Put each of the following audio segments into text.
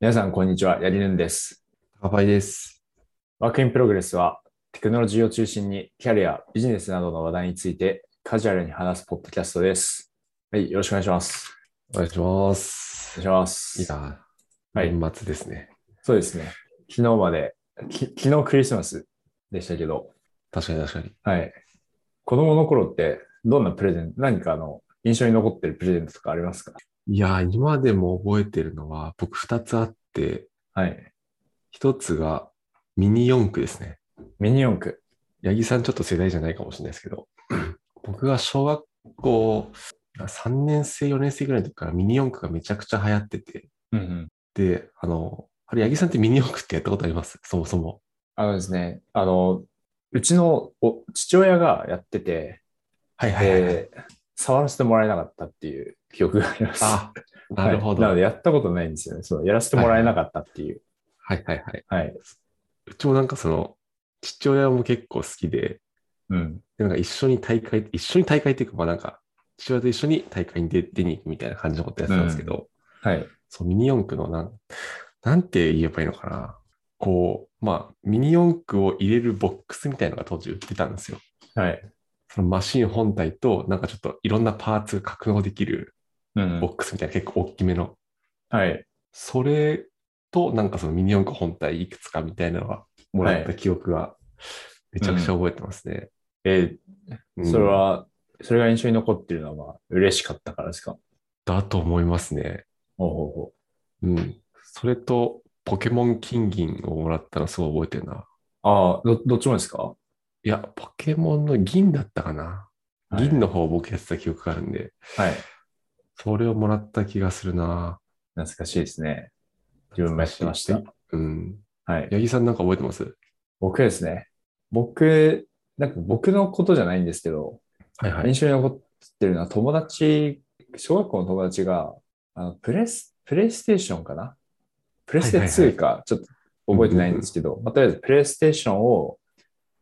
皆さん、こんにちは。やりぬんです。カパイです。ワークインプログレスは、テクノロジーを中心にキャリア、ビジネスなどの話題についてカジュアルに話すポッドキャストです。はい、よろしくお願いします。お願いしまお願いす。します。いやー、はい年末ですね。そうですね。昨日まで、き昨日クリスマスでしたけど、確かに確かに。はい。子供の頃って、どんなプレゼント、何かあの印象に残ってるプレゼントとかありますかいやー、今でも覚えてるのは、僕二つあって、はい。一つがミニ四駆ですね。ミニ四駆。八木さんちょっと世代じゃないかもしれないですけど、 僕が小学校3年生、4年生ぐらいの時からミニ四駆がめちゃくちゃ流行ってて、うんうん。で、あの、あれ、八木さんってミニ四駆ってやったことありますそもそも。あのですね、あの、うちのお父親がやってて、はいはいはいはい。で、触らせてもらえなかったっていう記憶があります。あ、なるほど。はいなはので、いやったことないんですよね。そのやらせてもらえなかったっていう。はいはい。はい。うちもなんかその、父親も結構好きで、うん。で、なんか一緒に大会、一緒に大会っていうか、まあなんか、父親と一緒に大会に出出に行くみたいな感じのことやってたんですけど、はい。そう、ミニ四駆のなん、なんて言えばいいのかな。こう、まあ、ミニ四駆を入れるボックスみたいのが当時売ってたんですよ。はい。そのマシン本体と、なんかちょっといろんなパーツが格納できるうんボックスみたいな、結構大きめの。はい。それと、なんかそのミニ四駆本体いくつかみたいなのはもらっはた記憶がめちゃくちゃ覚えてますね。えうーんそれは、それが印象に残ってるのは、まあ、嬉しかったからですか。だと思いますね。ほうほうほうん。それと、ポケモン金銀をもらったのすごい覚えてるな。う。ああ、ど、どっちもですかいや、ポケモンの銀だったかな。はい銀の方を僕やってた記憶があるんで、はい。それをもらった気がするな。懐かしいですね。自分もやってました。うん。はい。八木さんなんか覚えてます僕ですね。僕、なんか僕のことじゃないんですけど、はいは。印象に残ってるのは友達、小学校の友達が、あのプレス、プレイステーションかなプレステはいはいはい2か、ちょっと覚えてないんですけど、まあとりあえずプレイステーションを、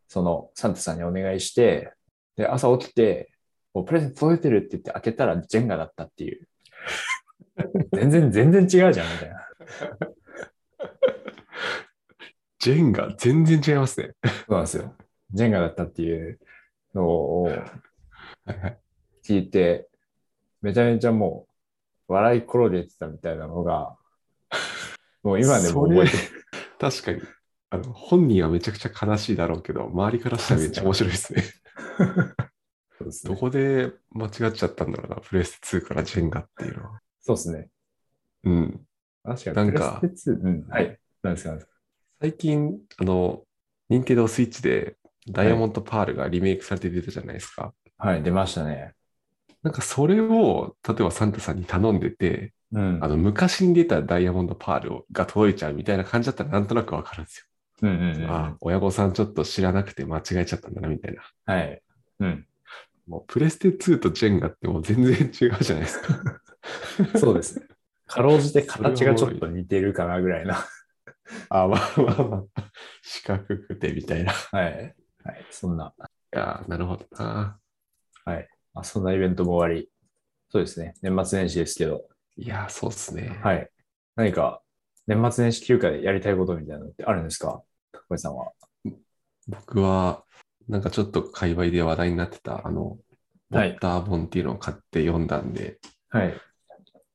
その、サンタさんにお願いして、で、朝起きて、もうプレゼント届いてるって言って開けたらジェンガだったって いう。全然、全然違うじゃん、みたいな。ジェンガ、全然違いますね。そうなんですよ。ジェンガだったっていうのをはいはい。聞いて、めちゃめちゃもう、笑い転げてたみたいなのが、もう今でも覚えてる。確かに。あの本人はめちゃくちゃ悲しいだろうけど、周りからしたらめっちゃ面白いですね。そうですどね。こで間違っちゃったんだろうな、プレステ2からジェンガっていうのは。そうですね。うん。確かに。なんかプレステ2うん。はい。なんですかなんですか最近、あの、任天堂スイッチでダイヤモンドパールがリメイクされて出たじゃないですか。はい、出ましたね。なんかそれを、例えばサンタさんに頼んでて、うん。あの、昔に出たダイヤモンドパールが届いちゃうみたいな感じだったらなんとなくわかるんですよ。うんうんうん。あ親御さんちょっと知らなくて間違えちゃったんだな、みたいな。はい。うん。もうプレステ2とジェンガってもう全然違うじゃないですか。そうですね。かろうじて形がちょっと似てるかなぐらい な。あ、まあまあまあ、四角くてみたいな。いはい。はい。そんな、やー、なるほどな。あそんなイベントも終わり。そうですね。年末年始ですけど。いやー、そうっすね。はい。何か、年末年始休暇でやりたいことみたいなのってあるんですか高橋さんは。僕は、なんかちょっと界隈で話題になってた、あの、ボはいッター本っていうのを買って読んだんで、はい。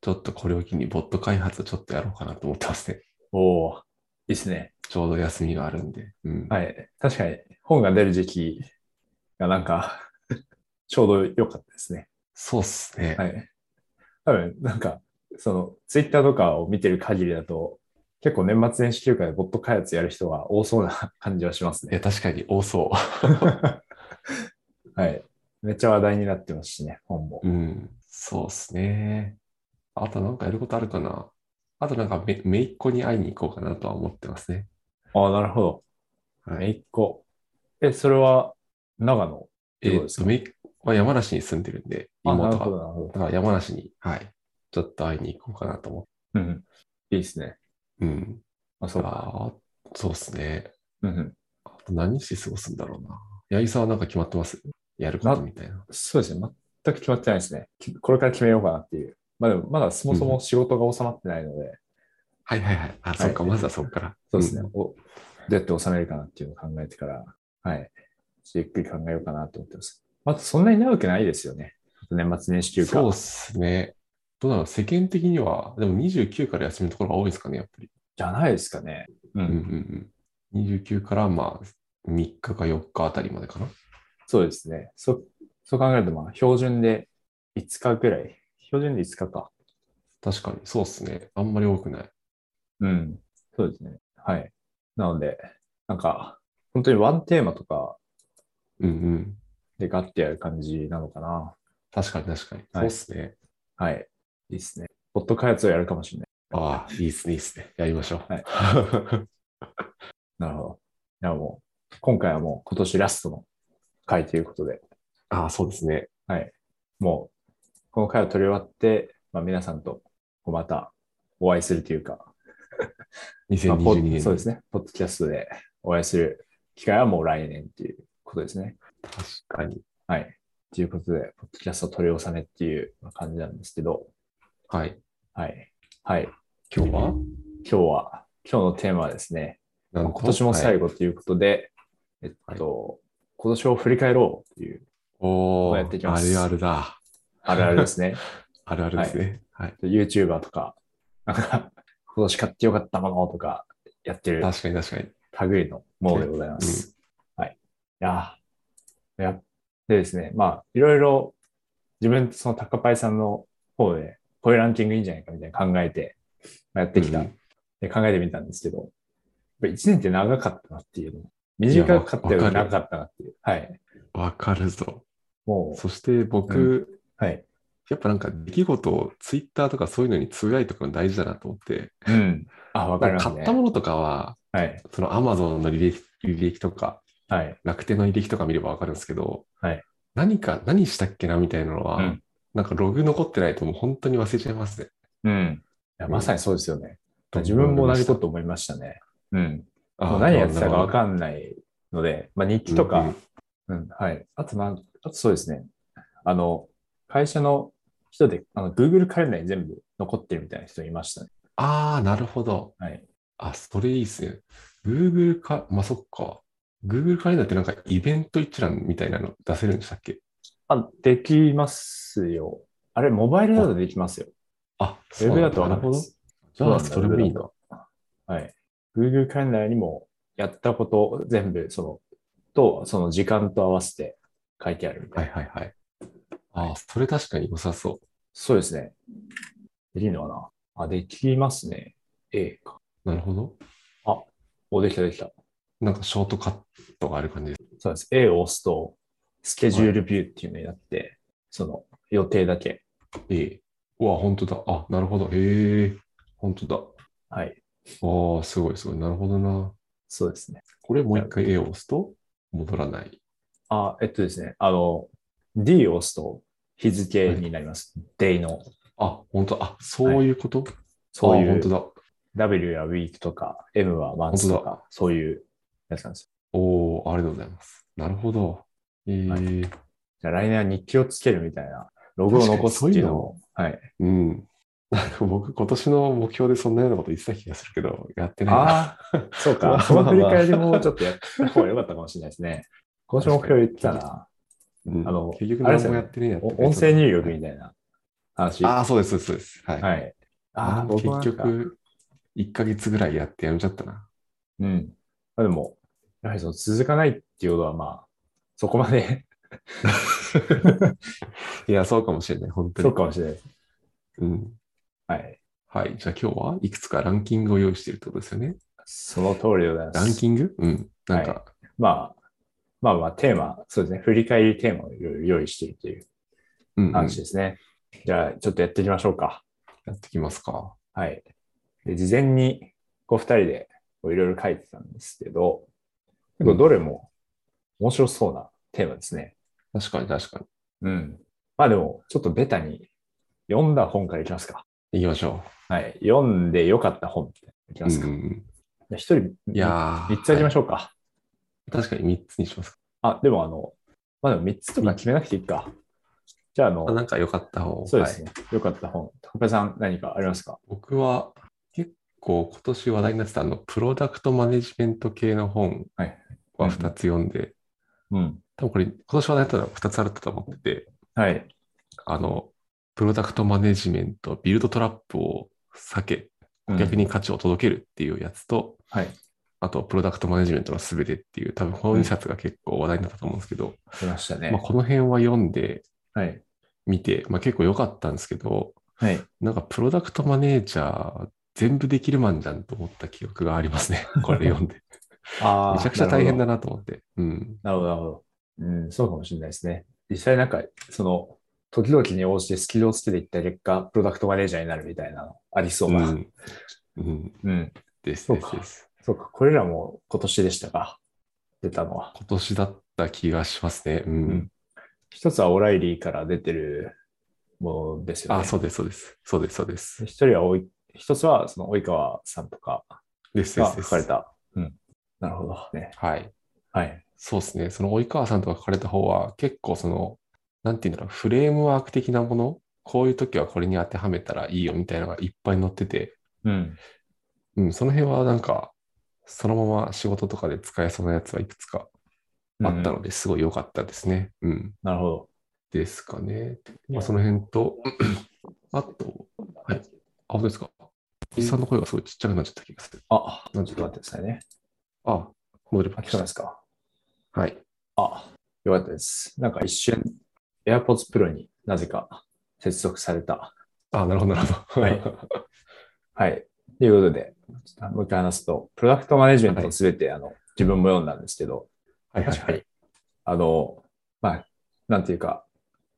ちょっとこれを機にボット開発をちょっとやろうかなと思ってますね。 おおいいですね。ちょうど休みがあるんで。うん。はい。確かに、本が出る時期がなんか、 ちょうど良かったですね。そうっすね。はい。多分、なんか、その、ツイッターとかを見てる限りだと、結構年末年始休暇でボット開発やる人が多そうな 感じはしますいね。や、確かに多そはい。めっちゃ話題になってますしね、本もう。。 うん。そうっすね。あとなんかやることあるかな。あとなんかめ、めいっ子に会いに行こうかなとは思ってますね。ああ、なるほど。はめい。いっ子。え、それは、長野えどうーでっすかと、めいっ子は山梨に住んでるんで、あなる妹ほど、が。なるほどだ。から山梨に、はい。ちょっと会いに行こうかなと思って。うん。いいですね。うん。あ、そうか。ああ、そうっすね。うんうん。あと何して過ごすんだろうな。八木さんはなんか決まってますやることみたいな。そうですね。全く決まってないですね。きこれから決めようかなっていう。まあでも、まだそもそも仕事が収まってないので、はいはいはい。あ、いそっか、まずはそっから。そうですね。おどうやって収めるかなっていうのを考えてから、はい。じっくり考えようかなと思ってます。まあ、そんなに長くないですよね。年末年始う休ん。暇。そうですね。どうだろう、世間的には、でも29から休みのところが多いんですかね、やっぱり。じゃないですかね。ううんん。うんうん。29からまあ、3日か4日あたりまでかな。そうですね。そそう考えると、まあ、標準で5日ぐらい。標準で5日か。確かに、そうですね。あんまり多くない。うん。そうですね。はい。なので、なんか、本当にワンテーマとかうんうん。でガッてやる感じなのかな。確かに確かに。そうはいですね。はい。いいですね。ポッド開発をやるかもしれない。ああ、いいですね、いいですね。やりましょう。はいなるほど。いや、もう、今回はもう今年ラストの回ということで、 ああ、そうですね。もう、この回を取り終わって、まあ、皆さんとこうまたお会いするというか、まあポ2022ッ年。そうですね。ポッドキャストでお会いする機会はもう来年っていうことですね。確かに。はい。ということで、ポッドキャスト取り納めっていう感じなんですけど、はい。はい。はい。今日は今日は、今日のテーマはですね、なんと今年も最後。後ということで、えっと、今年を振り返ろうというおお、やっていきますあるあるだ。あるあるですね。あるあるですね。はい。 YouTuber とか、なんか、今年買ってよかったものとかやってる確かに確かに。類のものでございます。はい。いやー、やでですね、まあ、いろいろ自分、そのタカパイさんの方で、こういうランキングいいんじゃないかみたいな考えて、まあやってきた、うんで考えてみたんですけど、やっぱ1年って長かったなっていうの。短かったよいやりわかる長かったなっていう。はい。わかるぞ。もそして僕、うはい。やっぱなんか出来事をツイッターとかそういうのにつぶやいとくの大事だなと思って、うん。あ、わかります買ね。ったものとかは、はい。その Amazon の履歴履歴とか、はい。楽天の履歴とか見ればわかるんですけど、はい何か、何したっけなみたいなのは、うんなんかログ残ってないともう本当に忘れちゃいますね。うん。いやまさにそうですよね。自分も同じこと思いましたね。うん。もう何やってたか分んかんないので、まあ、日記とうんうかん、うんはい。あとなん、あとそうですね。あの、会社の人で、あの、Google カレンダーに全部残ってるみたいな人いましたね。ああ、なるほど。はい。あ、それいいっすね。Google か、まあ、そっか。Google カレンダーってなんかイベント一覧みたいなの出せるんでしたっけあ、できますよ。あれ、モバイルだとできますよ。あ、ウそうェブなんだだとわかんないでなるす。ほど。じゃあ、それもいいな。はい。Google カレンダーにもやったことを全部、その、と、その時間と合わせて書いてあるみたいなはいはいはい。ああ、それ確かに良さそそうですね。できるのかなあ、できますね。A か。う。なるほど。お、できたできた。なんかショートカットがある感じです。そうです。A を押すと、スケジュールビューっていうのになって、その予定だけ。ええ。うわ、本当だ。あ、なるほど。へえ。本当だ。はい。ああ、すごいすごい。なるほどな。そうですね。これもう一回 A を押すと戻らない。あ、えっとですね。あの、D を押すと日付になります。Day の。あ、本当あ、そういうこと、そういあ、本う当、だ。 W は Week とか、M は Month と本当か、そういうやつなんですよ。おおありがとうございます。なるほど。えーじゃあ来年は日記をつけるみたいな、ログを残すっていうのも、はい。うん。なんか僕、今年の目標でそんなようなこと言ってた気がするけど、やってないな。ああ、そうまあか。その振り返りもちょっとやった方が良かったかもしれないですね。今年目標言ってたな。うんあの結局あれで何すよもねやってねえやってお音声入力みたいな話。ああ、そうです、そうです。そうですはい。はい。ああ、僕僕結はなんか。局、1ヶ月ぐらいやってやめちゃっ たな。うん。まあでも、やはりその続かないっていうことは、まあ、そこまで、 いや、そうかもしれない、本当に。そうかもしれないです。うん。はい。はい。じゃあ今日はいくつかランキングを用意しているってことですよね。その通りでございます。ランキングうん。なんか、まあ、まあまあ、テーマ、そうですね。振り返りテーマをいろいろ用意しているといううん、うん。や話ですね。じゃあ、ちょっとやっていきましょうか。ってきますか。はい。で事前に、こう、二人で、こういろいろ書いてたんですけど、結構どれも面白そうなテーマですね。確かに、確かうん。まあでも、ちょっとベタに、読んだ本からいきますか。に。行きましょはい。読んで良かった本っていきう。ますか。うじんゃうんあ一人、うんいやー三つあげましょうか。確かに3つにしますか。あ、でもあの、まあでも三つとか決めなくていいか。じゃああのあ、なんか良かった方そうですはいね。良かった本。高橋さん何かありますか僕は結構今年話題になってたあの、プロダクトマネジメント系の本はいは2つ読んで、うん。多分これ、今年話題になったのは2つあると思ってて、はい。あの、プロダクトマネジメント、ビルドトラップを避け、うん逆に価値を届けるっていうやつと、はいあと、プロダクトマネジメントのすべてっていう、多分この2冊が結構話題になったと思うんですけど、出ましたね。まあ、この辺は読んではい。みて、まあ、結構良かったんですけど、はい。なんかプロダクトマネージャー全部できるマンじゃんと思った記憶があります ね。これ読んで。あーめちゃくちゃ大変だな。なと思って。うん。なるほど、なるほど。うん、そうかもしれないですね。実際なんか、その、時々に応じてスキルをつけていった結果、プロダクトマネージャーになるみたいなの、ありそううな。ん。うん。うん。ですそうですかです。そうか、これらも今年でしたか、出たのは。今年だった気がしますね。うん。うん一つはオライリーから出てるものですよね。あ、そうです、そうです。そうです、そうです。一人はおい、一つはその及川さんとかです、でがす。書ですかれた。うん。なるほど。ね。はい。はい。そうですね。その及川さんとか書かれた方は、結構その、なんていうんだろう、フレームワーク的なもの、こういう時はこれに当てはめたらいいよみたいなのがいっぱい載ってて、うん。うん、その辺はなんか、そのまま仕事とかで使えそうなやつはいくつかあったうんので、すごい良かったですね。うん。なるほど。ですかね。まあ、その辺と、あと、はい。あ、本当ですか。石井さんの声がすごいちっちゃくなっちゃった気がする。あ、ちょっなんとて待ってくださいね。あ、戻れあ、ば聞こえますかはい。あ、よかったです。なんか一瞬、AirPods Pro になぜか接続された。あ、なるほど、なるほど。 はいはい。ということで、ちょっともう一回話すと、プロダクトマネジメントのすべて、あの、自分も読んだんですけど、はいはい確かはにい。あの、まあ、なんていうか、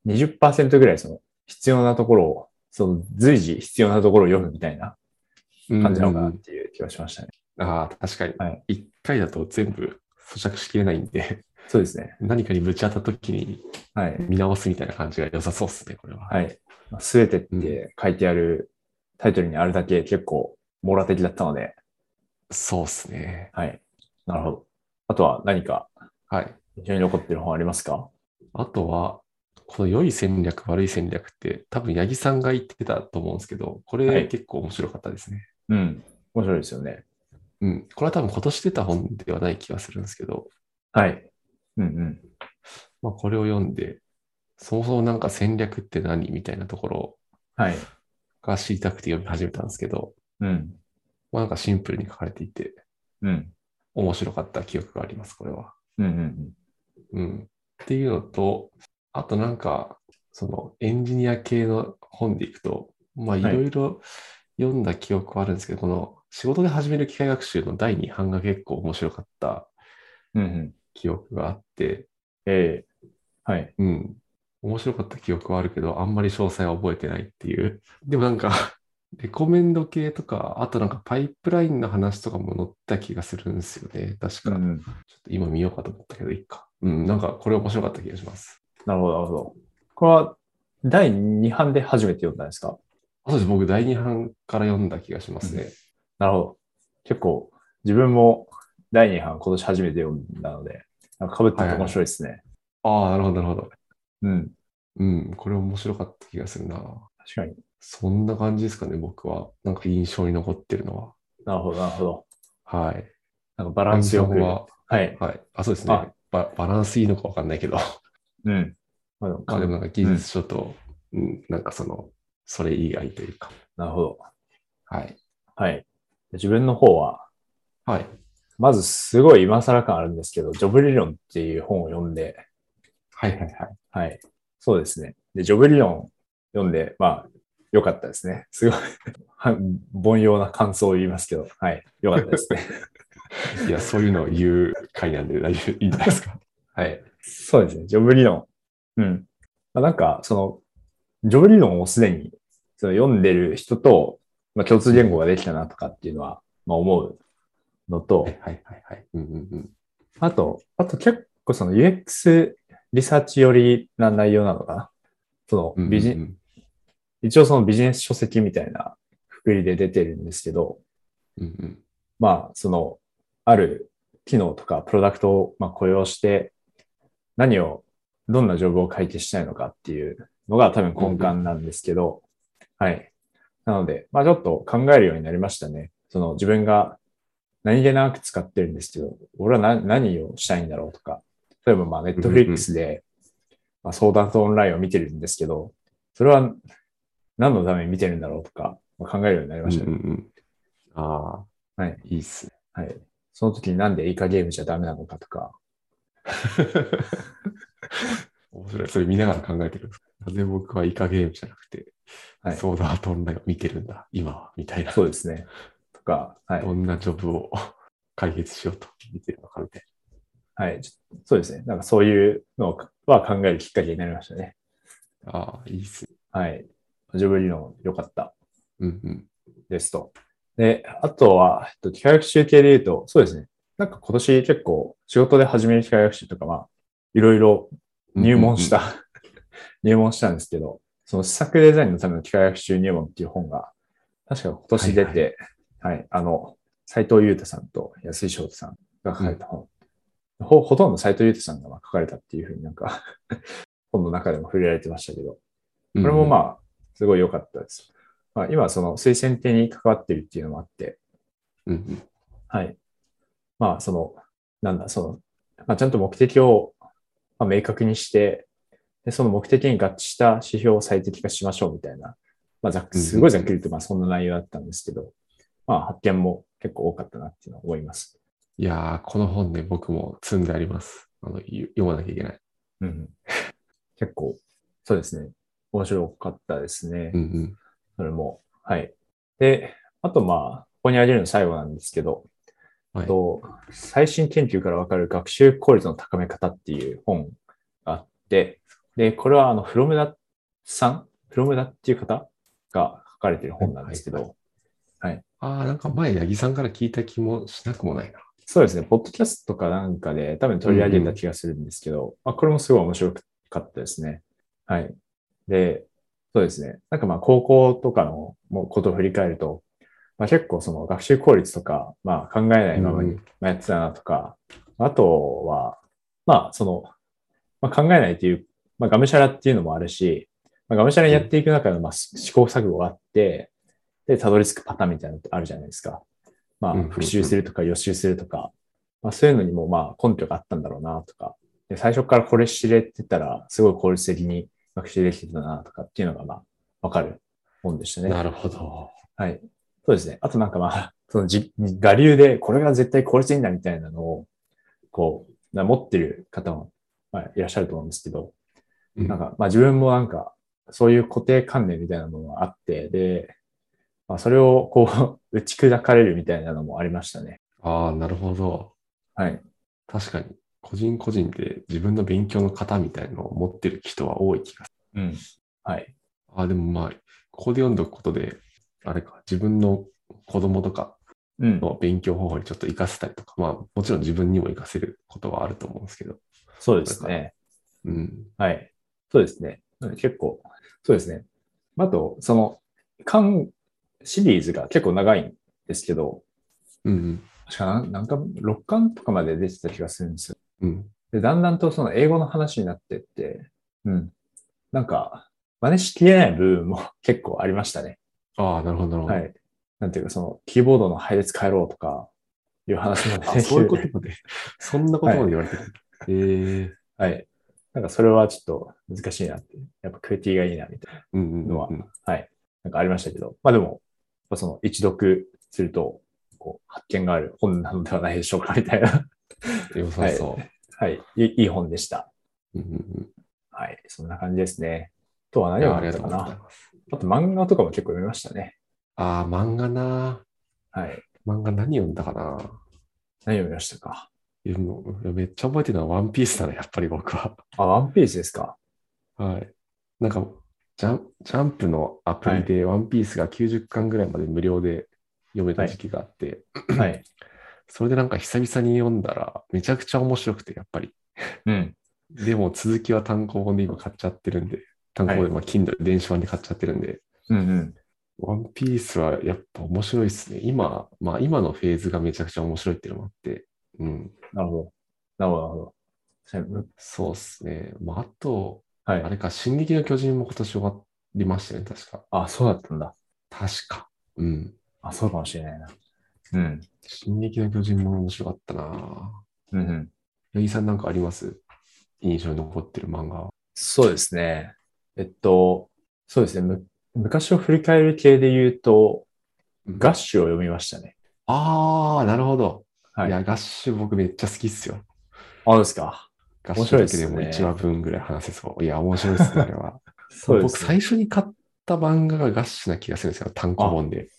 20%ぐらいその必要なところを、その随時必要なところを読むみたいなうん感じなのかなっていう気がしましたね。ああ、確かにはい。一、回だと全部咀嚼しきれないんで、 そうですね。何かにぶち当たった時にはい。見直すみたいな感じが良さそうですね、これは。はい。すべてって書いてあるタイトルにあるだけ結構網羅的だったので、そうですね。はい。なるほど。あとは何かはい。非常に残ってる本ありますかあとは、この良い戦略、悪い戦略って、多分八木さんが言ってたと思うんですけど、こはれい結構面白かったですね。うん。面白いですよね。うん。これは多分今年出た本ではない気がするんですけど、はい。うんうん。まあ、これを読んで、そもそもなんか戦略って何みたいなところはい。が知りたくて読み始めたんですけど、うん。まあ、なんかシンプルに書かれていて、うん。面白かった記憶があります、これは。うんうんうん。っていうのと、あとなんか、そのエンジニア系の本でいくと、まあいはいろいろ読んだ記憶はあるんですけど、この仕事で始める機械学習の第2版が結構面白かったうん。うんうん。記憶があって、ええはい。うん。面白かった記憶はあるけど、あんまり詳細は覚えてないっていう。でもなんか、 レコメンド系とか、あとなんかパイプラインの話とかも載った気がするんですよね。確か。うちょっん。と今見ようかと思ったけど、いいか。うん、なんかこれ面白かった気がします。なるほど、なるほど。これは第2版で初めて読んだんですかあそうです。僕、第2版から読んだ気がしますね。なるほど。結構、自分も第2版今年初めて読んだので、なんか被ってて面白いですね。ああ、なるほど、なるほど。うん。うん、これ面白かった気がするな。確かに。そんな感じですかね、僕は。なんか印象に残ってるのなるほど、なるほど。は。はい。なんかババランスよく。は。はいはい。あ、そうですねあ。ババランスいいのかわかんないけど。うん。まあでもまあでもなんか技術書と、うん、なんかその、それ以外というか。なるほど。はい。はい。自分の方は、はい。まずすごい今更感あるんですけど、ジョブ理論っていう本を読んで、はいはいはい。はい。そうですね。で、ジョブ理論読んで、まあ、良かったですね。すごい は、凡庸な感想を言いますけど、はい。良かったですね。 いや、そういうのを言う回なんで大丈夫、いいんじゃないですか。 はい。そうですね。ジョブ理論。うん。まあ、なんか、その、ジョブ理論をすでにその読んでる人と、まあ、共通言語ができたなとかっていうのは、まあ、思うのと、はいはいはいはい。うんうんうん。あと、あと結構その UX リサーチ寄りな内容なのかな。そうんうのんビジ、うん一応そのビジネス書籍みたいなくくりで出てるんですけど、うんうん。まあ、その、ある機能とかプロダクトをまあ雇用して、何を、どんなジョブを解決したいのかっていうのが多分根幹なんですけど、はい。なので、まあちょっと考えるようになりましたね。その自分が何気なく使ってるんですけど、俺はな何をしたいんだろうとか、例えばまあネットフリックスで、まあ、相談とオンラインを見てるんですけど、それは何のために見てるんだろうとか、まあ考えるようになりましたねうんうんうんああ、はい、いいっすね。はい。その時になんでイカゲームじゃダメなのかとか、 面白い。それ見ながら考えてるんですか。なぜ僕はイカゲームじゃなくて、はいソーダアートオンラインを見てるんだ、今は、みたいな。そうですね。とか、はい。どんなジョブを 解決しようと見てるのかみたいはい。ちょそうですね。なんかそういうのは考えるきっかけになりましたね。な。ああ、いいっすね。はい。ジョブ理論良かったうんうん。ですと。で、あとは、えっと、機械学習系で言うと、そうですね。なんか今年結構仕事で始める機械学習とか、まあ、いろいろ入門した、 入門したんですけど、その試作デザインのための機械学習入門っていう本が、確か今年出て、はい、あの、斉藤裕太さんと安井翔太さんが書かれた本。ほほとんど斉藤裕太さんがまあ書かれたっていうふうになんか、 本の中でも触れられてましたけど、うんうん。これもあ、まあ、すごい良かったです。まあ、今、その推薦艇に関わってるっていうのもあって、うんうん、はい。まあ、その、なんだ、その、まあ、ちゃんと目的を、まあ、明確にして、で、その目的に合致した指標を最適化しましょうみたいな、まあ、ざっうんすごいざっくりと、まあ、そんな内容だったんですけど、まあ、発見も結構多かったなっていうのは思います。いやー、この本ね、僕も積んであります。あのゆ読まなきゃいけない。うん。 結構、そうですね。面白かったですね。うんうん。それも。はい。で、あとまあ、ここに挙げるの最後なんですけど、はいと最新研究からわかる学習効率の高め方っていう本があって、で、これはあの、フロムダさんフロムダっていう方が書かれてる本なんですけど、はいああ、なんか前、八木さんから聞いた気もしなくもないな。そうですね、ポッドキャストかなんかで多分取り上げた気がするんですけど、まあ、これもすごい面白かったですね。はい。で、そうですね。なんかまあ高校とかのもうことを振り返ると、まあ、結構その学習効率とか、まあ考えないままうにんまあやってたなとか、あとは、まあその、まあ、考えないという、まあがむしゃらっていうのもあるし、まあ、がむしゃらにやっていく中でまあ試行錯誤があって、で、たどり着くパターンみたいなのってあるじゃないですか。まあうんうんうん復習するとか予習するとか、まあ、そういうのにもまあ根拠があったんだろうなとか、で最初からこれ知れてたら、すごい効率的に学習できてたなとかっていうのがまあわかる本でしたね。なるほど。はい。そうですね。あとなんかまあ、 そのじ、我流でこれが絶対効率いいんだみたいなのを、こう、な持ってる方も、まあ、いらっしゃると思うんですけど、うんなんか、まあ自分もなんか、そういう固定観念みたいなものがあって、で、まあそれをこう、打 ち砕かれるみたいなのもありましたね。ああ、なるほど。はい。確かに、個人個人で自分の勉強の型みたいのを持ってる人は多い気がすうん。はい。る。ああ、でもまあ、ここで読んどくことで、あれか、自分の子供とかうん。の勉強方法にちょっと活かせたりとか、まあ、もちろん自分にも活かせることはあると思うんですけど。そうですね。うん。はい。そうですね。なので結構、そうですね。あと、その、缶シリーズが結構長いんですけど、うん確かなんなんか6巻とかまで出てた気がするんですよ。うん。うん。で、だんだんとその英語の話になってって、うん。なんか、真似しきれない部分も結構ありましたね。ああ、なるほど、なるほど。はい。なんていうか、その、キーボードの配列変えろうとか、いう話も出てきあてそういうこと まで、そんなことまで言われてる。ええはい。なんか、それはちょっと難しいなって。やっぱ、クエティがいいな、みたいな。うんうんうんのはなんかありましたけど。まあでも、やっぱその、一読すると、こう、発見がある本なのではないでしょうか、みたいな。良さそう。はい。いいいい本でした。うんうんはい、そんな感じですね。あとはうん、い何やがあありっがたとうかござな。いあます。と漫画とかも結構読みましたね。ああ、漫画な。はい。漫画何読んだかな。何読みましたかいやもういやめっちゃ覚えてるのはワンピースだね、やっぱり僕は。あ、ワンピースですか。はい。なんか、ジャンジャンプのアプリでワンピースが90巻ぐらいまで無料で読めた時期があって、はい。それでなんか久々に読んだらめちゃくちゃ面白くて、やっぱり。うん。でも続きは単行本で今買っちゃってるんで、単行本で、まあ、Kindle 電子版で買っちゃってるんで、うんうん。ワンピースはやっぱ面白いですね。今、まあ今のフェーズがめちゃくちゃ面白いっていうのもあって、うん、なるほど。なるほど、なるほどそうむ。そうですね。まああと、はあい。れか、進撃の巨人も今年終わりましたね、確か。あ、そうだったんだ。確か。うん。あ、そうかもしれないな。うん。進撃の巨人も面白かったなうんうん。八木さんなんかあります印象に残ってる漫画は。そうですね。えっと、そうですね。む昔を振り返る系で言うと、ガッシュを読みましたね。ああ、なるほど。、はいい。あ、や、ガッシュ僕めっちゃ好きっすよ。そうですか。ガッ面シュ白いっだけすでねも1話分ぐらい話せそう。いや、面白い っすね、あれは。そうで僕すね。最初に買った漫画がガッシュな気がするんですよ。単行本で。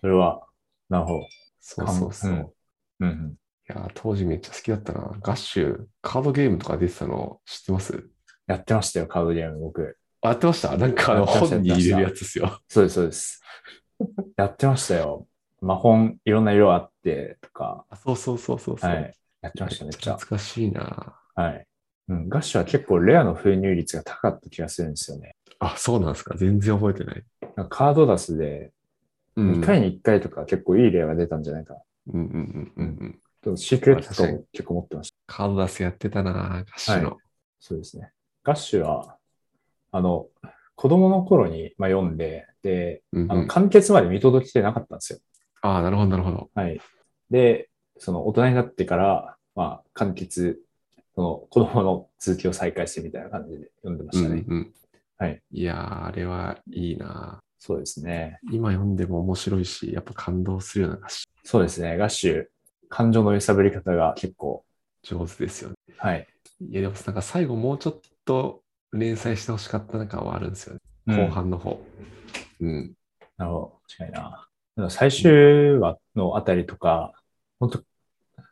それは、なるほど。そうそうそう。うんうんうん。いや、当時めっちゃ好きだったな。ガッシュ、カードゲームとか出てたの知ってますやってましたよ、カードゲーム、僕。あ、やってましたなんかあのやってました本に入れるやつですよ。そうです、そうです。やってましたよ。魔本、いろんな色あって、とか。あそうそうそうそうそう。はい。やってました、めっちゃ。懐かしいな。はい。うん、ガッシュは結構レアの封入率が高かった気がするんですよね。あ、そうなんですか。全然覚えてない。なんかカードダスで、うん2回に1回とか結構いい例が出たんじゃないかな。うんうんうんうんうん。でもシークレットとかも結構持ってました。カード出すやってたな、ガッシュの。そうですね。ガッシュは、あの、子供の頃に、まあ、読んで、で、うんうんあの完結まで見届けてなかったんですよ。ああ、なるほど、なるほど。はい。で、その大人になってから、まあ、完結、その子供の続きを再開してみたいな感じで読んでましたね。うんうんはい。いやー、あれはいいな。そうですね。今読んでも面白いし、やっぱ感動するようなガッシそうですね。ガッシュ、感情の揺さぶり方が結構、ュ上手ですよね。はい。いや、でもなんか最後もうちょっと連載してほしかったな感はあるんですよね。うん後半の方。うん。なるほど。確かにな。でも最終話のあたりとか、本当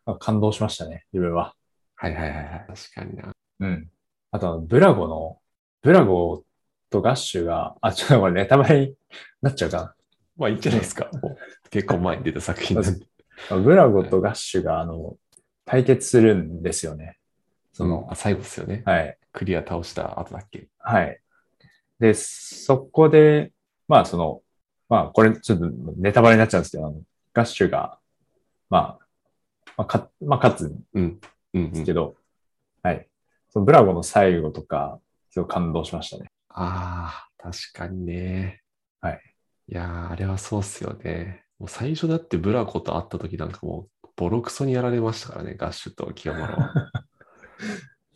あ感動しましたね、自分は。はいはいはいはい。確かにな。うん。あとあの、ブラゴの、ブラゴとガッシュが、あ、ちょっとこれネタバレになっちゃうかな。まあいいんじゃないですか。もう結構前に出た作品なんで。まあブラゴとガッシュが、あの、対決するんですよね。そうんの、あ最後ですよね。はい。クリア倒した後だっけ。はい。で、そこで、まあ、その、まあ、これ、ちょっとネタバレになっちゃうんですけど、あのガッシュが、まあ、まあ、かまあ、勝つんうん、うですん。けど、はい。そのブラゴの最後とか、すごい感動しましたね。ああ、確かにね。はい。いやー、あれはそうっすよね。もう最初だってブラコと会った時なんかもう、ボロクソにやられましたからね、ガッシュと清 丸は。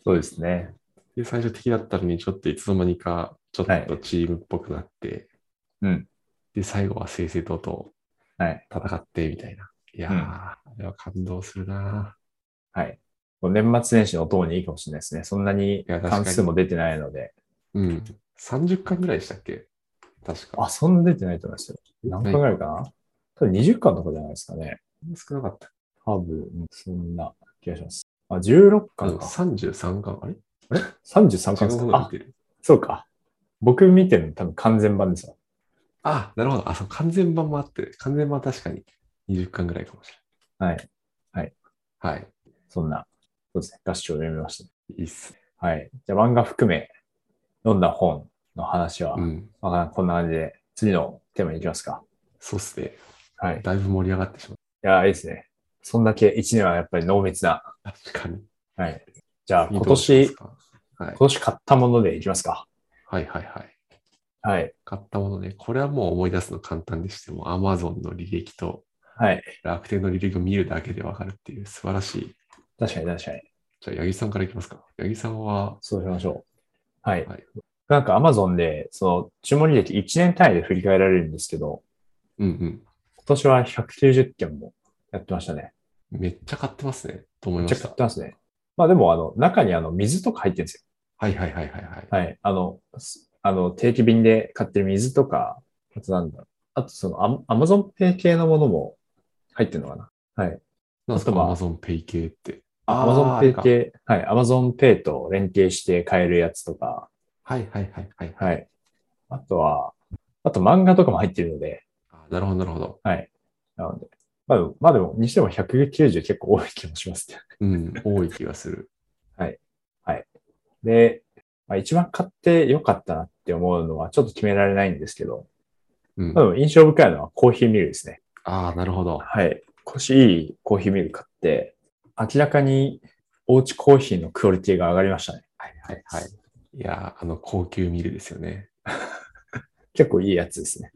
そうですね。で、最初敵だったのに、ちょっといつの間にか、ちょはっといチームっぽくなって、うんで、最後は正々堂々はい。戦ってみたいな。いやー、うんあれは感動するな。はい。もう年末年始の塔にいいかもしれないですね。そんなにや確かに関数も出てないので。うん。30巻ぐらいでしたっけ確か。あ、そんな出てないと思いますよ。何巻ぐらいかな多分20巻とかじゃないですかね。少なかった。多分、そんな気がします。あ、16うん巻か。 33巻あれ33巻違でうすかものがあ出、てる。そうか。僕見てるの多分完全版ですわ。あ、なるほど。あ、そう、完全版もあって、完全版は確かに20巻ぐらいかもしはい。れない。はい。そんな、そうですね。合唱を読みました、ね。いいっすね。はい。じゃあ漫画含め、読んだ本の話は、うん。まあこんな感じで、次のテーマに行きますか。そうっすね。はい。いだいぶ盛り上がってしまやー、いいですね。そんだけ1年はやっぱり濃密な。う。確かに。はい。じゃあ次今どうしま年す、か。はい今。年買ったものでいきますか。はいはいはい。はい。買ったものね。これはもう思い出すの簡単でしても、Amazon の履歴とはい。楽天の履歴を見るだけでわかるっていう素晴らしい。確かに確かに。じゃあ、八木さんからいきますか。八木さんは、そうしましょう。はい。はいなんか Amazon で、その注文履歴1年単位で振り返られるんですけど、うん今年は190件もやってましたね。うん。めっちゃ買ってますね。と思いめっまちゃし。買ったてますね。まあでも、あの、中にあの、水とか入ってるんですはいはいはいはいはい。よ。はい。あの、すあの、定期便で買ってる水とか、あとなんだろう。あとそのア、アマゾンペイ系のものも入ってるのかな。なんですか、あとは Amazon Pay 系って。アマゾンペイあー。系、はい。アマゾンペイと連携して買えるやつとか、あれかはいはいはいはい。はい。あとは、あと漫画とかも入ってるので、あなるほどなるほど。はい。なので、まあでも、まあでも、にしても190結構多い気もしますね。うん、多い気がする。で、まあ、一番買って良かったなって思うのはちょっと決められないんですけど、うんまあ、でも印象深いのはコーヒーミルですね。ああ、なるほど。はい。腰いいコーヒーミル買って、明らかにおうちコーヒーのクオリティが上がりましたね。はいはいはい。いやー、あの、高級ミルですよね。結構いいやつですね。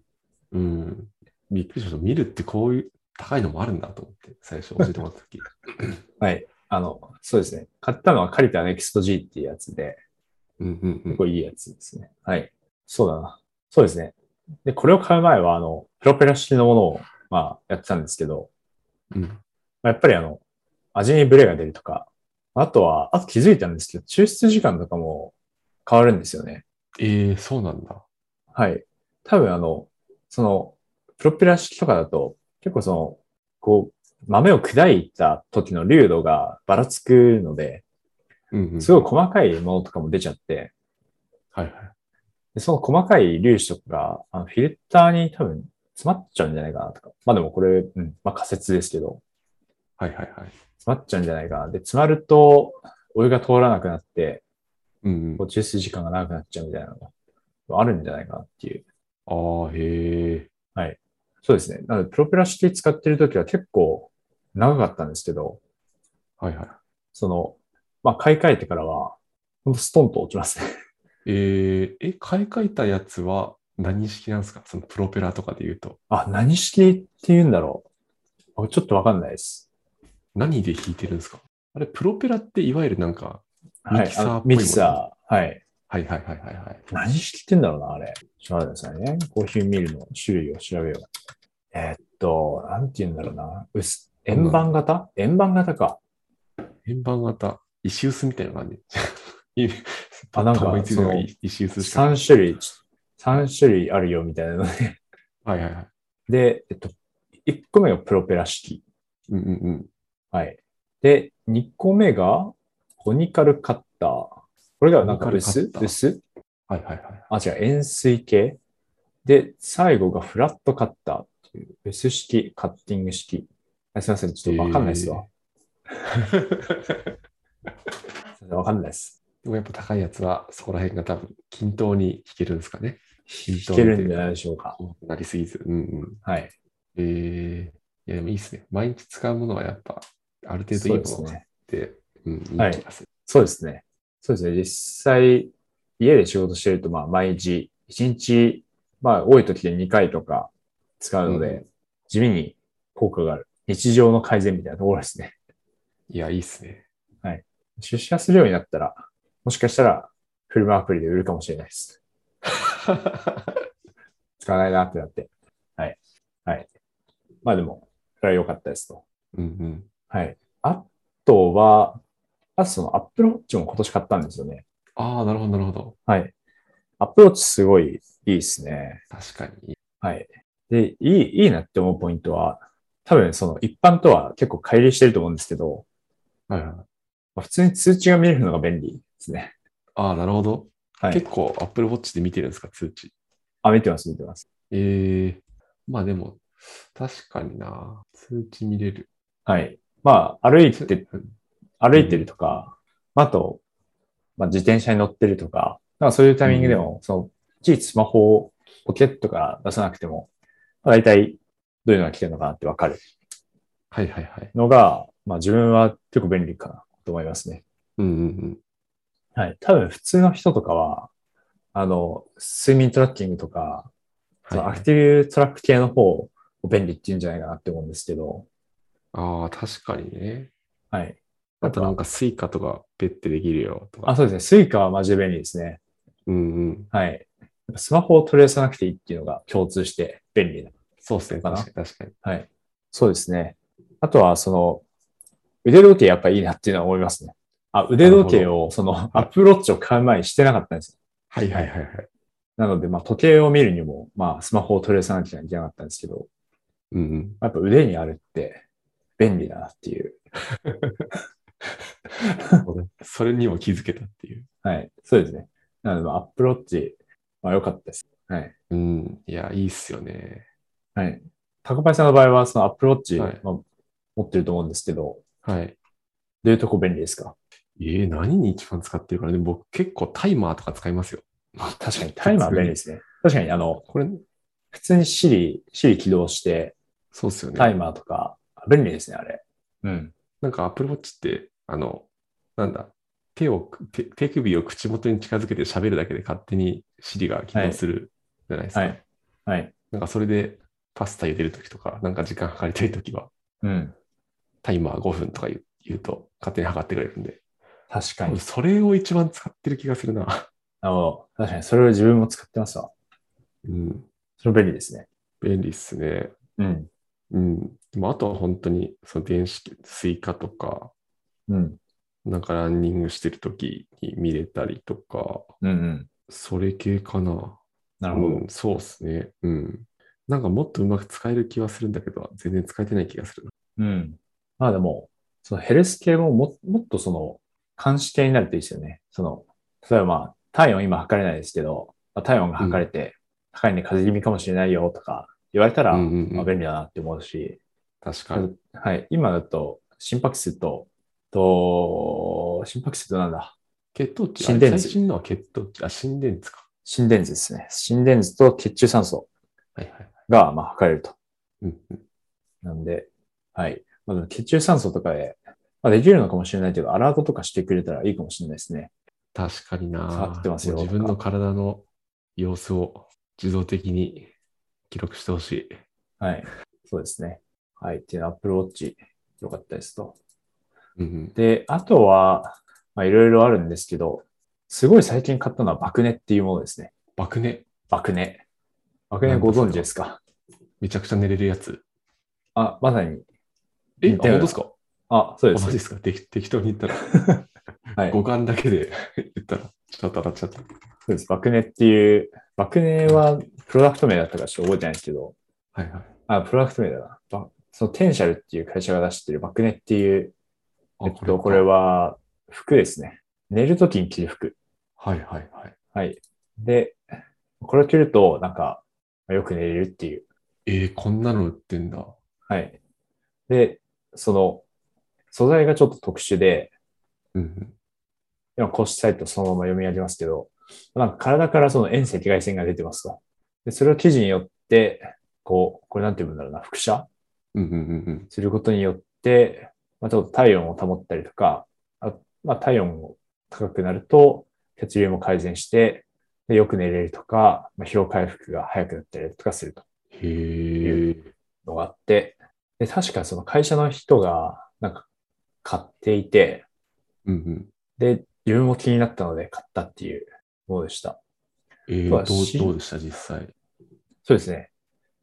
うん。びっくりしました。ミルってこういう、高いのもあるんだと思って、最初教えてもらっ た時。はい。あの、そうですね。買ったのは借りたネクスト G っていうやつで、うんうんうん結。構いいやつですね。はい。そうだな。そうですね。で、これを買う前は、あの、プロペラ式のものを、まあ、やってたんですけど、うんまあやっぱりあの、味にブレが出るとか、あとは、あと気づいたんですけど、抽出時間とかも変わるんですよね。ええそうなんだ。はい。多分あの、その、プロペラ式とかだと、結構その、こう、豆を砕いた時の粒度がばらつくので、うんうん。すごい細かいものとかも出ちゃって、はいはい。で、その細かい粒子とかが、あのフィルターに多分詰まっちゃうんじゃないかなとか。まあでもこれ、うん、まあ仮説ですけど、はいはいはい。詰まっちゃうんじゃないかな。で、詰まると、お湯が通らなくなって、うんうん。こう抽出時間が長くなっちゃうみたいなのがあるんじゃないかなっていう。ああ、へえ。そうですね。なので、プロペラシティ使ってる時は結構長かったんですけど、はいはい。その、まあ買い替えてからは、ほんとストンと落ちますね。えー、え、買い替えたやつは何式なんですかそのプロペラとかで言うと。あ、何式って言うんだろう。あちょっとわかんないです。何で弾いてるんですかあれ、プロペラっていわゆるなんか、はミキサーっぽいものミキサー。はい。はいはいはいはいはい。何式って言うんだろうな、あれ。ちょっと待ってくださいね。コーヒーミルの種類を調べよう。えーっと、なんて言うんだろうな。薄円盤型円盤型か。円盤型、石臼みたいな感じ。 いいあ、なんパッと思かい、ついたそのがの、石臼しか。 3種類、三種類あるよ、みたいなので。はいはいはい。で、えっと、1個目がプロペラ式。うんうんうん。はい。で、2個目が、コニカルカッター。これがなんかコニ薄カルカッター薄はいはいはい。 あ、違う、円錐形。で、最後がフラットカッターっていう、S 式、カッティング式。あすいません、ちょっとわかんないですわ。すいませんわかんないです。でもやっぱ高いやつは、そこら辺が多分均等に弾けるんですかね。均弾けるんじゃないでしょうか。多くなりすぎず。うんうん。はい。えー、いやでもいいですね。毎日使うものはやっぱ、ある程度いそいうもでのすを買っね。て、うん、いはいい気がする。そうですね。そうですね。実際、家で仕事してると、まあ、毎日、1日、まあ、多い時で2回とか使うので、うん地味に効果がある。日常の改善みたいなところですね。いや、いいっすね。 出社するようになったら、もしかしたら、フルマアプリで売るかもしれないです。使わないなってなって。はい。はい。まあでも、それは良かったですと。うんうん。はい。あとは、あとその Apple Watch も今年買ったんですよね。ああ、なるほど、なるほど。はい。Apple Watch すごいいいですね。確かに。はい。で、いい、いいなって思うポイントは、多分その一般とは結構乖離してると思うんですけど、はいはい。まあ普通に通知が見れるのが便利ですね。ああ、なるほど。はい。結構 Apple Watch で見てるんですか、通知。あ、見てます、見てます。ええまあでも、確かにな。通知見れる。はい。まあ、歩いてうん歩いてるとか、あと、まあ、自転車に乗ってるとか、なんかそういうタイミングでも、その、いちいちスマホをポケットから出さなくても、まあ、大体どういうのが来てるのかなってわかるはいはいはい。のが、まあ自分は結構便利かなと思いますね。うんうんうん。はい。多分普通の人とかは、あの、睡眠トラッキングとか、はいそのはアい、クティブトラック系の方を便利って言うんじゃないかなって思うんですけど、ああ、確かにね。はい。あとなんか Suica とかペッてできるよとか。あ、そうですね。スイカはマジで便利ですね。うんうん。はい。やっぱスマホを取り出さなくていいっていうのが共通して便利な。そうですね。かな確かに確かに。はい。そうですね。あとは、その、腕時計やっぱいいなっていうのは思いますね。あ、腕時計を、その、アップローチを買う前にしてなかったんです。はいはいはいはい。なので、まあ、時計を見るにも、まあ、スマホを取り出さなきゃいけなかったんですけど、うんうん。やっぱ腕にあるって便利だなっていう。それにも気づけたっていう。はい。そうですね。なので、まあアップローチ、まあ、良かったです。はい。うん。いや、いいっすよね。はい。高橋さんの場合は、そのアップローチ、はいまあ、持ってると思うんですけど、はい。どういうとこ便利ですかえー、何に一番使ってるかなでも僕結構タイマーとか使いますよ。あ、確かにタイマー便利ですね。確かに、あの、これ、普通に Siri、Siri 起動して、そうっすよね。タイマーとか、便利ですね、あれ。うん。なんか Apple Watch って、あの、なんだ、手を、手手首を口元に近づけて喋るだけで勝手に Siri が起動するじゃないですか。はい。はい。なんかそれで、パスタ茹でるときとか、なんか時間計りたいときは、うん。タイマー5分とか言う言うと、勝手に測ってくれるんで、確かに。それを一番使ってる気がす るな。あの、確かに、それを自分も使ってますわ。うん。それ便利ですね。便利っすね。うん。うん。でもあとは本当に、その電子、スイカとか、うん。なんかランニングしてるときに見れたりとか、うんうん。それ系かな。なるほど。うん、そうですね。うん。なんかもっとうまく使える気はするんだけど、全然使えてない気がするな。うん。まあでも、そのヘルス系もももっとその、監視系になるといいですよね。その、例えばまあ、体温今測れないですけど、まあ体温が測れて、高いんで風邪気味かもしれないよとか言われたら、うんうんうんまあ便利だなって思うし、確かに。はい、今だと心拍数と、と、心拍数となんだ血糖値、心電図あ最新のは血糖値、あ、心電図か。心電図ですね。心電図と血中酸素はいはいはい。がまあ測れると。うんうん、なんで、はい。まあ、でも血中酸素とかで、まあ、できるのかもしれないけど、アラートとかしてくれたらいいかもしれないですね。確かにな。触ってますよもう自分の体の様子を自動的に記録してほしい。はい。そうですね。はい。っていうの、Apple Watch、よかったですと。うんうん、で、あとは、まあ、いろいろあるんですけど、すごい最近買ったのは爆音っていうものですね。爆寝。爆音。爆音ご存知ですかめちゃくちゃ寝れるやつ。あ、まさに。え、似あたよう本当なですかあ、そうあでマジす。ですかでき適当に言ったら。 はい。そ五感だけで言ったら、ちょっと当たっちゃった。うです。爆音っていう、爆音はプロダクト名だったかちょっと覚えてないんですけど、はいはい。あ、プロダクト名だな。ばそのテンシャルっていう会社が出してるバクネっていう、あえっと、これ。は服ですね。寝るときに着る服。はいはいはい。はい。で、これを着ると、なんか、よく寝れるっていう。えー、こんなの売ってんだ。はい。で、その、素材がちょっと特殊で、うんうん、今公式サイトそのまま読み上げますけど、なんか体からその遠赤外線が出てますと。で、それを生地によって、こう、これなんて言うんだろうな、副写うんうんうんうん。することによって、まあ、ちょっと体温を保ったりとか、あまあ、体温も高くなると血流も改善して、でよく寝れるとか、まあ、疲労回復が早くなったりとかするとへえ。のがあって、で確かその会社の人がなんか買っていて、うんうん。で、自分も気になったので買ったっていうものでした。えー、まどあうしどうでした実際。 そうですね。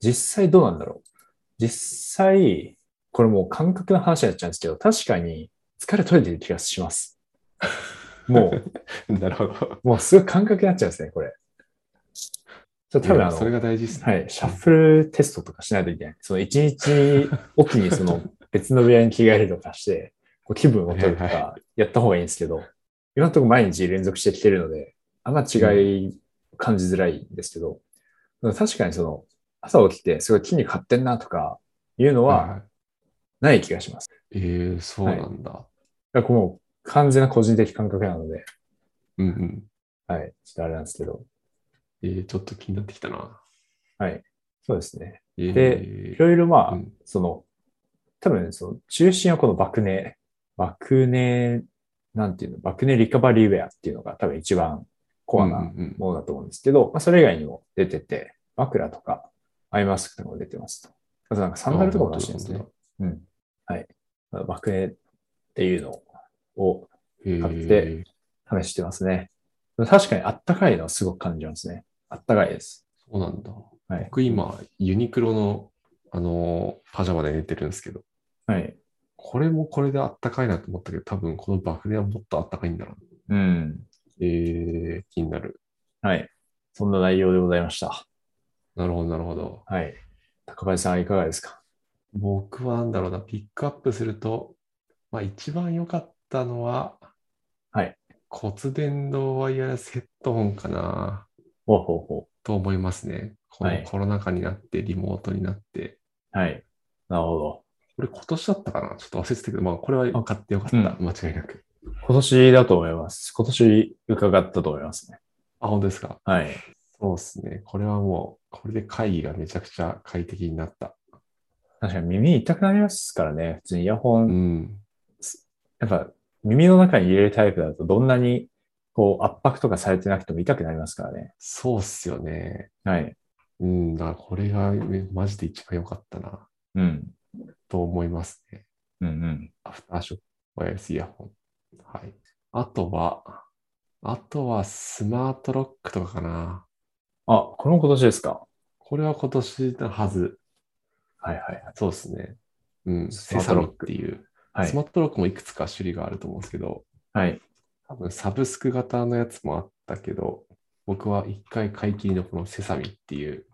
実際どうなんだろう。実際、これもう感覚の話になっちゃうんですけど、確かに疲れ取れてる気がします。 もう、なるほど。もうすごい感覚になっちゃうんですね、これ。ちょ多多分あ分の、それが大事ですね。はい、シャッフルテストとかしないといけない。その一日おきにその別の部屋に着替えるとかして、こう気分を取るとはいかやった方がいいんですけど、今のところ毎日連続してきてるので、あんま違い感じづらいんですけど、確かにその朝起きてすごい筋肉張ってんなとかいうのいはいない気がします。えー、そうなんだ。だからもう完全な個人的感覚なので、うんうん。はい、ちょっとあれなんですけど、えー、ちょっと気になってきたな。そうですね。えー、でいろいろまあ、うんその、多分その中心はこの爆値、爆値、なんていうの、爆値リカバリーウェアっていうのが多分一番コアうんなうんものだと思うんですけど、まあそれ以外にも出てて、枕とかアイマスクとかも出てますと。あとなんかサンダルとかも出してるんですね。うん。はい。まあ爆値っていうのをうん買っへてー試してますね。確かにあったかいのはすごく感じますね。あったかいです。そうなんだ。はい。僕今、ユニクロの、あのーパジャマで寝てるんですけど、はい。これもこれであったかいなと思ったけど、多分この爆弾はもっとあったかいんだろうん。う。えー、気になる。はい。そんな内容でございました。なるほど、なるほど。はい。高林さんはいかがですか僕はなんだろうな、ピックアップすると、まあ一番良かったのは、はい。骨伝導ワイヤレスヘッドホンかなほうほうほと思いますね。こはのいコロナ禍になって、リモートになって、う。はい。なるほど。これ今年だったかなちょっと忘れてたけど、まあこれは買ってよかった、うん間違いなく。今年だと思います。今年伺ったと思いますね。あ、本当ですかはい。そうですね。これはもう、これで会議がめちゃくちゃ快適になった。確かに耳痛くなりますからね。普通にイヤホン、うん。やっぱ耳の中に入れるタイプだとどんなにこう圧迫とかされてなくても痛くなりますからね。そうっすよね。はい。うん、だからこれがねマジで一番良かったな、うん。と思いますね。うんうん。アフターショック、ワイヤレスイヤホン。はい。あとは、あとはスマートロックとかかな。あ、これも今年ですかこれは今年のはず。はいはいはい。そうですね。うん、スマートロックセサミっていう。はスい。マートロックもいくつか種類があると思うんですけど、はい、多分サブスク型のやつもあったけど、僕は一回買い切りのこのセサミっていう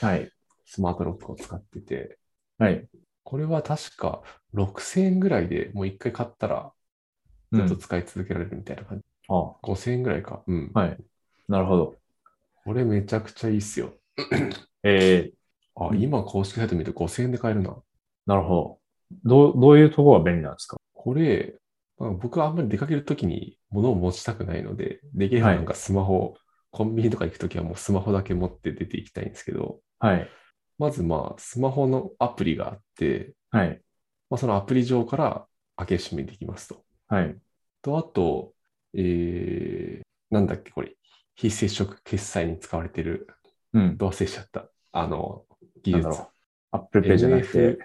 はい。スマートロックを使ってて、はい。これは確か6000円ぐらいでもう一回買ったらうずっとん、使い続けられるみたいな感じ。あ、 5000円ぐらいか。うん。はいなるほど。これめちゃくちゃいいっすよ。えー、あ、うん今公式サイト見ると5000円で買えるな。なるほど。どう、どういうところが便利なんですかこれ、まあ、僕はあんまり出かけるときに物を持ちたくないので、できればなんかスマホ、コンビニとか行くときはもうスマホだけ持って出ていきたいんですけど、はい。まずまあスマホのアプリがあって、はい。まあ、そのアプリ上から開け閉めできますと。はい。と、あと、えー、なんだっけ、これ、非接触決済に使われてる、うん。どう忘れしちゃった、あの、な技ん術だ。ろう。Apple Pay じゃなくて、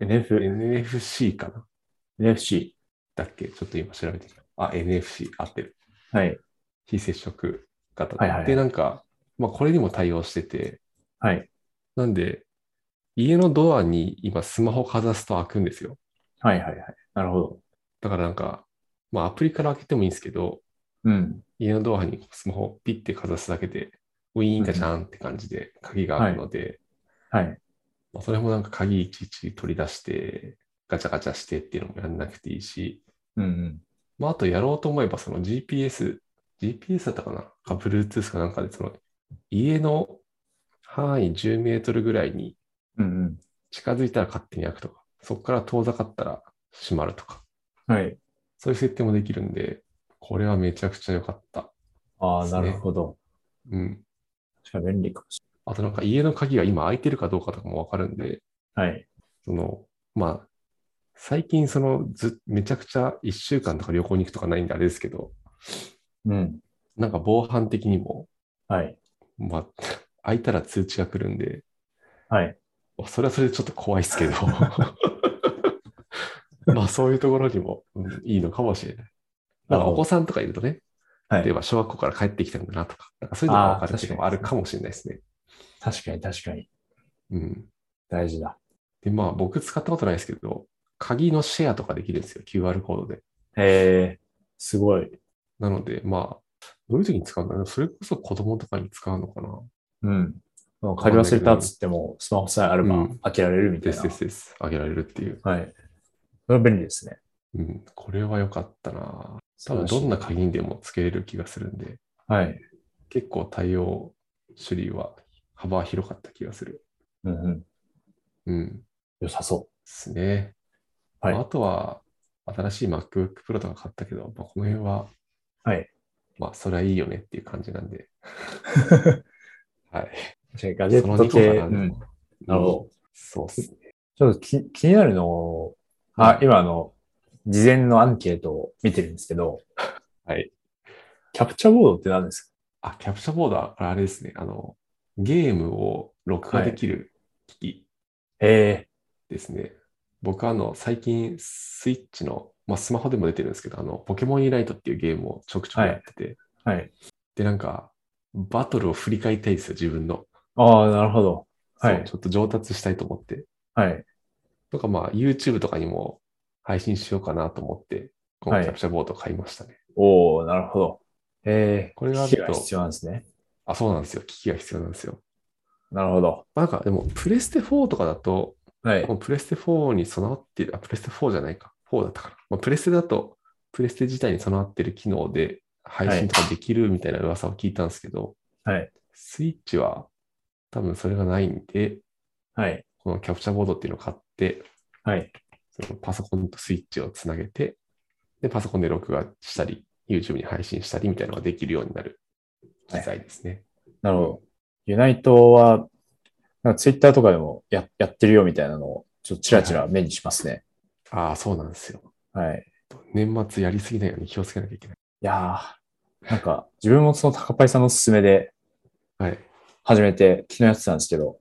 NF、 NFC かな NFC。だっけちょっと今調べてみた。あ、NFC 合ってる。はい。非接触型はいはいはいで、なんか、まあ、これにも対応してて、はい。なんで、家のドアに今スマホかざすと開くんですよ。はいはいはい。なるほど。だからなんか、まあ、アプリから開けてもいいんですけど、うん。家のドアにスマホをピッてかざすだけで、ウィーンガチャンって感じで鍵が開くので、はい。まあ、それもなんか鍵いちいち取り出して、ガチャガチャしてっていうのもやんなくていいし、うんうん。まあ、あとやろうと思えば、その GPS、GPS だったかなか、Bluetooth かなんかで、その家の範囲10メートルぐらいにうん近づいたら勝手に開くとか、そこから遠ざかったら閉まるとか、うん。はい。そういう設定もできるんで、これはめちゃくちゃ良かった。あであ、すなねるほど。うん。確かに便利かもしあとなんか家の鍵が今開いてるかどうかとかもわかるんで、れない。はい。その、まあ、最近そのず、めちゃくちゃ1週間とか旅行に行くとかないんであれですけど、うん。なんか防犯的にも、はい。まあ、 開いたら通知が来るんで、はい。それはそれでちょっと怖いです けど。まあそういうところにも、うんいいのかもしれない。なんかお子さんとかいるとね、はい例えば小学校から帰ってきたんだなとか、なんかそういうのが分かるあー時もあるかもしれないですね。確かに確かに。うん。大事だ。で、まあ僕使ったことないですけど、鍵のシェアとかできるんですよ、QR コードで。へえ、すごい。なので、まあ、どういう時に使うんだろうそれこそ子供とかに使うのかなうん。もう借り忘れたっつっても、スマホさえあれうばん開けられるみたでいすな。ですです。あげられるっていう。はい。それは便利ですね。うん。これは良かったな。多分どんな鍵にでもつけれる気がするんで。はい。結構対応種類は幅広かった気がする。うんうん。うん。で良さそすね。はいまああとは、新しい MacBook Pro とか買ったけど、まあ、この辺は、う。はい。まあ、それはいいよねっていう感じなんで、はい。じゃあガジェそのット2個系。かな。うでんもなるほど。そうっすね。ちょっとき気になるのを、あ、今あの、事前のアンケートを見てるんですけど、はい。キャプチャボードって何ですかあ、キャプチャボードは、あれですね。あの、ゲームを録画できる機器えですね。僕はあの、最近、スイッチの、まあ、スマホでも出てるんですけど、あの、ポケモンイライトっていうゲームをちょくちょくやってて、えはい。で、なんか、バトルを振り返りたいんですよ、自分の。ああ、なるほど。はいそうちょっと上達したいと思って。はい。とか、まあ、YouTube とかにも配信しようかなと思って、このはいキャプチャーボード買いましたね。おおなるほど。ええこれがある機と器が必要なんですね。あ、そうなんですよ。機器が必要なんですよ。なるほど。まあなんか、でも、プレステ4とかだと、はい。もうプレステ4に備わっている、あ、プレステ4じゃないか。4だったかな。まあ、プレステだと、プレステ自体に備わっている機能で配信とかできるみたいな噂を聞いたんですけど、はい。スイッチは多分それがないんで、はい。このキャプチャーボードっていうのを買って、はい。そのパソコンとスイッチをつなげて、で、パソコンで録画したり、YouTube に配信したりみたいなのができるようになる機材ですね。なるほど。ユナイトは、なんかツイッターとかでもややってるよみたいなのを、ちょっとちらちら目にしますね。ああ、そうなんですよ。はい。い年末やりすぎないように気をつけなきゃいけない。やー、なんか、自分もその高パイさんのおすすめで、はい。始めて、昨日やってたんですけど、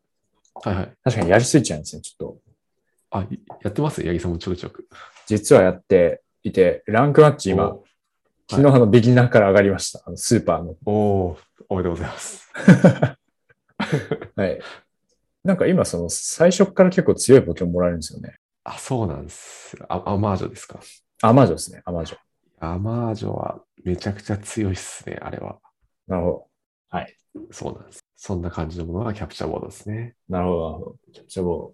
はいはい。確かにやりすぎちゃうんですね、ちょっと。あ、いやってます八木さんもちょくちょく。実はやっていて、ランクマッチ今、お昨日あのビギナーから上がりました。あのスーパーの。おーおめでとうございます。はい。なんか今その最初から結構強いポケモンもらえるんですよね。あ、そうなんです。あアマージョですか。アマージョですね、アマージョ。アマージョはめちゃくちゃ強いっすね、あれは。なるほど。そうなんです。そんな感じのものがキャプチャーボードですね。なるほど、なるほど。キャプチャーボード。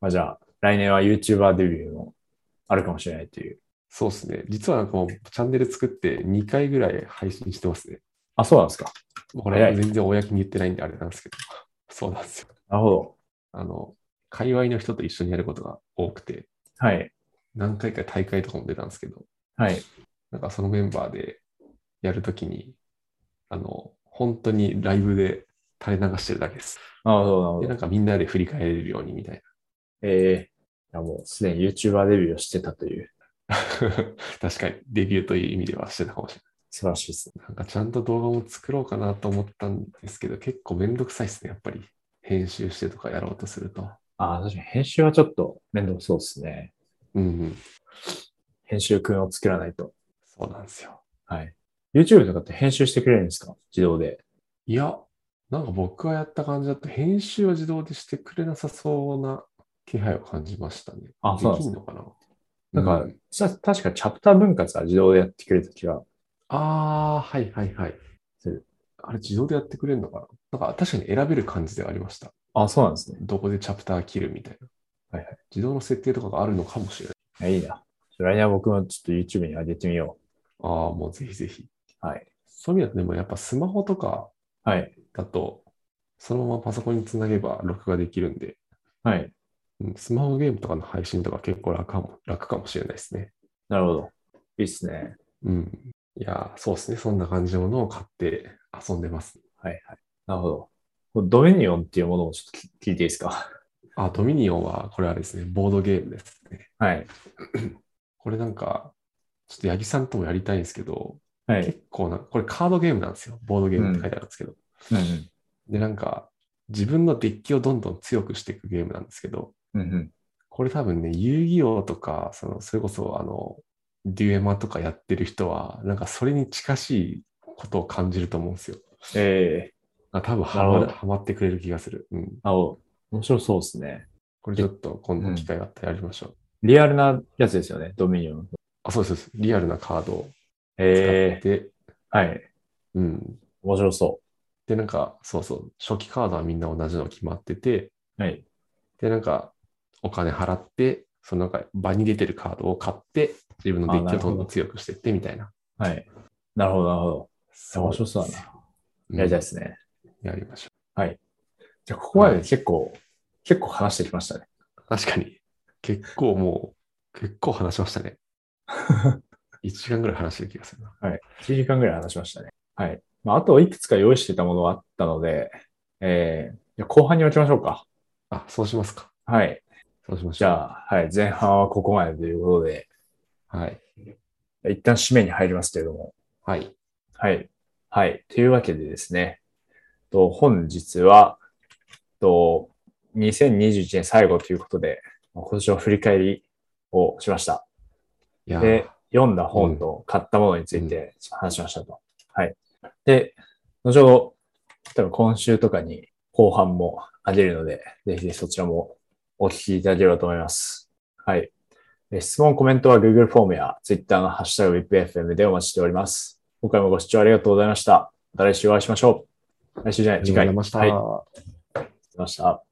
まあじゃあ、来年は YouTuber デビューもあるかもしれないという。そうですね。実はなんかもうチャンネル作って2回ぐらい配信してますね。あ、そうなんですか。もうこれ早い全然公に言ってないんであれなんですけど。 そうなんですよ。なるほど。あの、界隈の人と一緒にやることが多くて、はい。何回か大会とかも出たんですけど、はい。なんかそのメンバーでやるときに、あの、本当にライブで垂れ流してるだけです。なるほど、なるほで、どな。んかみんなで振り返れるようにみたいな。ええいやもうすでに YouTuber デビューをしてたという、 確かにデビューという意味ではしてたかもしれ素晴らしいですね。ない。なんかちゃんと動画も作ろうかなと思ったんですけど、結構めんどくさいですね、やっぱり。編集してとかやろうとすると。ああ、確かに編集はちょっと面倒そうですね。うん、うん、編集君を作らないと。そうなんですよ。はい。YouTube とかって編集してくれるんですか自動で。いや、なんか僕がやった感じだと、編集は自動でしてくれなさそうな気配を感じましたね。あそうなんでできすんねのかななんか、うさ確かチャプター分割は自動でやってくれた気が。ああ、はいはいはいする。あれ、自動でやってくれるのかななんか、確かに選べる感じではありました。あ、そうなんですね。どこでチャプター切るみたいな。はいは自動の設定とかがあるのかもしれないい。やいいな。来年は僕もちょっと YouTube に上げてみよああ、もうぜひぜひ。はい。そういう意味だと、でもやっぱスマホとかう。はい。だと、そのままパソコンにつなげば録画できるんで、はい。うんスマホゲームとかの配信とか結構楽かも楽かもしれないですね。なるほど。いいっすね。うん。いやー、そうですね。そんな感じのものを買って遊んでます。はいはい。なるほど。このドミニオンっていうものをちょっと聞聞いていいですか あ、ドミニオンは、これはですね、ボードゲームですね。はい。これなんか、ちょっと八木さんともやりたいんですけど、はい。結構な、これカードゲームなんですよ。ボードゲームって書いてあるんですけど。うんうん。で、なんか、自分のデッキをどんどん強くしていくゲームなんですけど、うんうん。これ多分ね、遊戯王とか、そのそれこそ、あの、デュエマとかやってる人は、なんかそれに近しいことを感じると思うんですよ。ええあ多分ハなるマほどハマってくれる気がする。うん。あお、面白そうですね。これちょっと今度機会があったらやりましょう。リアルなやつですよね、ドミニオン。あ、そうですそうです。リアルなカードを使っええて、はい。うん。面白そで、なんか、そうそう、初期カードはみんな同じの決まってて、う。はい。で、なんか、お金払って、そのなんか場に出てるカードを買って、自分のデッあなキをるほどどんどん強くしていってみたいな。はい。なるほど、なるほど。そう面白そうだなな。やりたいですね。やりましょじゃあ、ここまで結構、結構話してきましたね。う。確かに。結構もう、結構話しました ね。1時間ぐらい話してる気がするな。 1時間ぐらい話しましたね。はい。まあ、あといくつか用意してたものがあったので、えーじゃあ後半に置きましょうか。あ、そうしますか。はい。そうしましじょう。ゃあ、はい。前半はここまでということで、はい。一旦締めに入りますけれども。はい。はい。はい。というわけでですね、と本日は、と2021年最後ということで、まあ今年の振り返りをしました。いやー、で、読んだ本と買ったものについて話しましたと。はい。で、後ほど、多分今週とかに後半も上げるので、ぜひぜひそちらもお聞きいただければと思います。はい。で質問、コメントは Google フォームや Twitter のハッシュタグ WIPFM でお待ちしております。今回もご視聴ありがとうございました。また来週お会いしましょう。来週じゃない、あり次がとうござ回。いました。はい、ありがとうございました。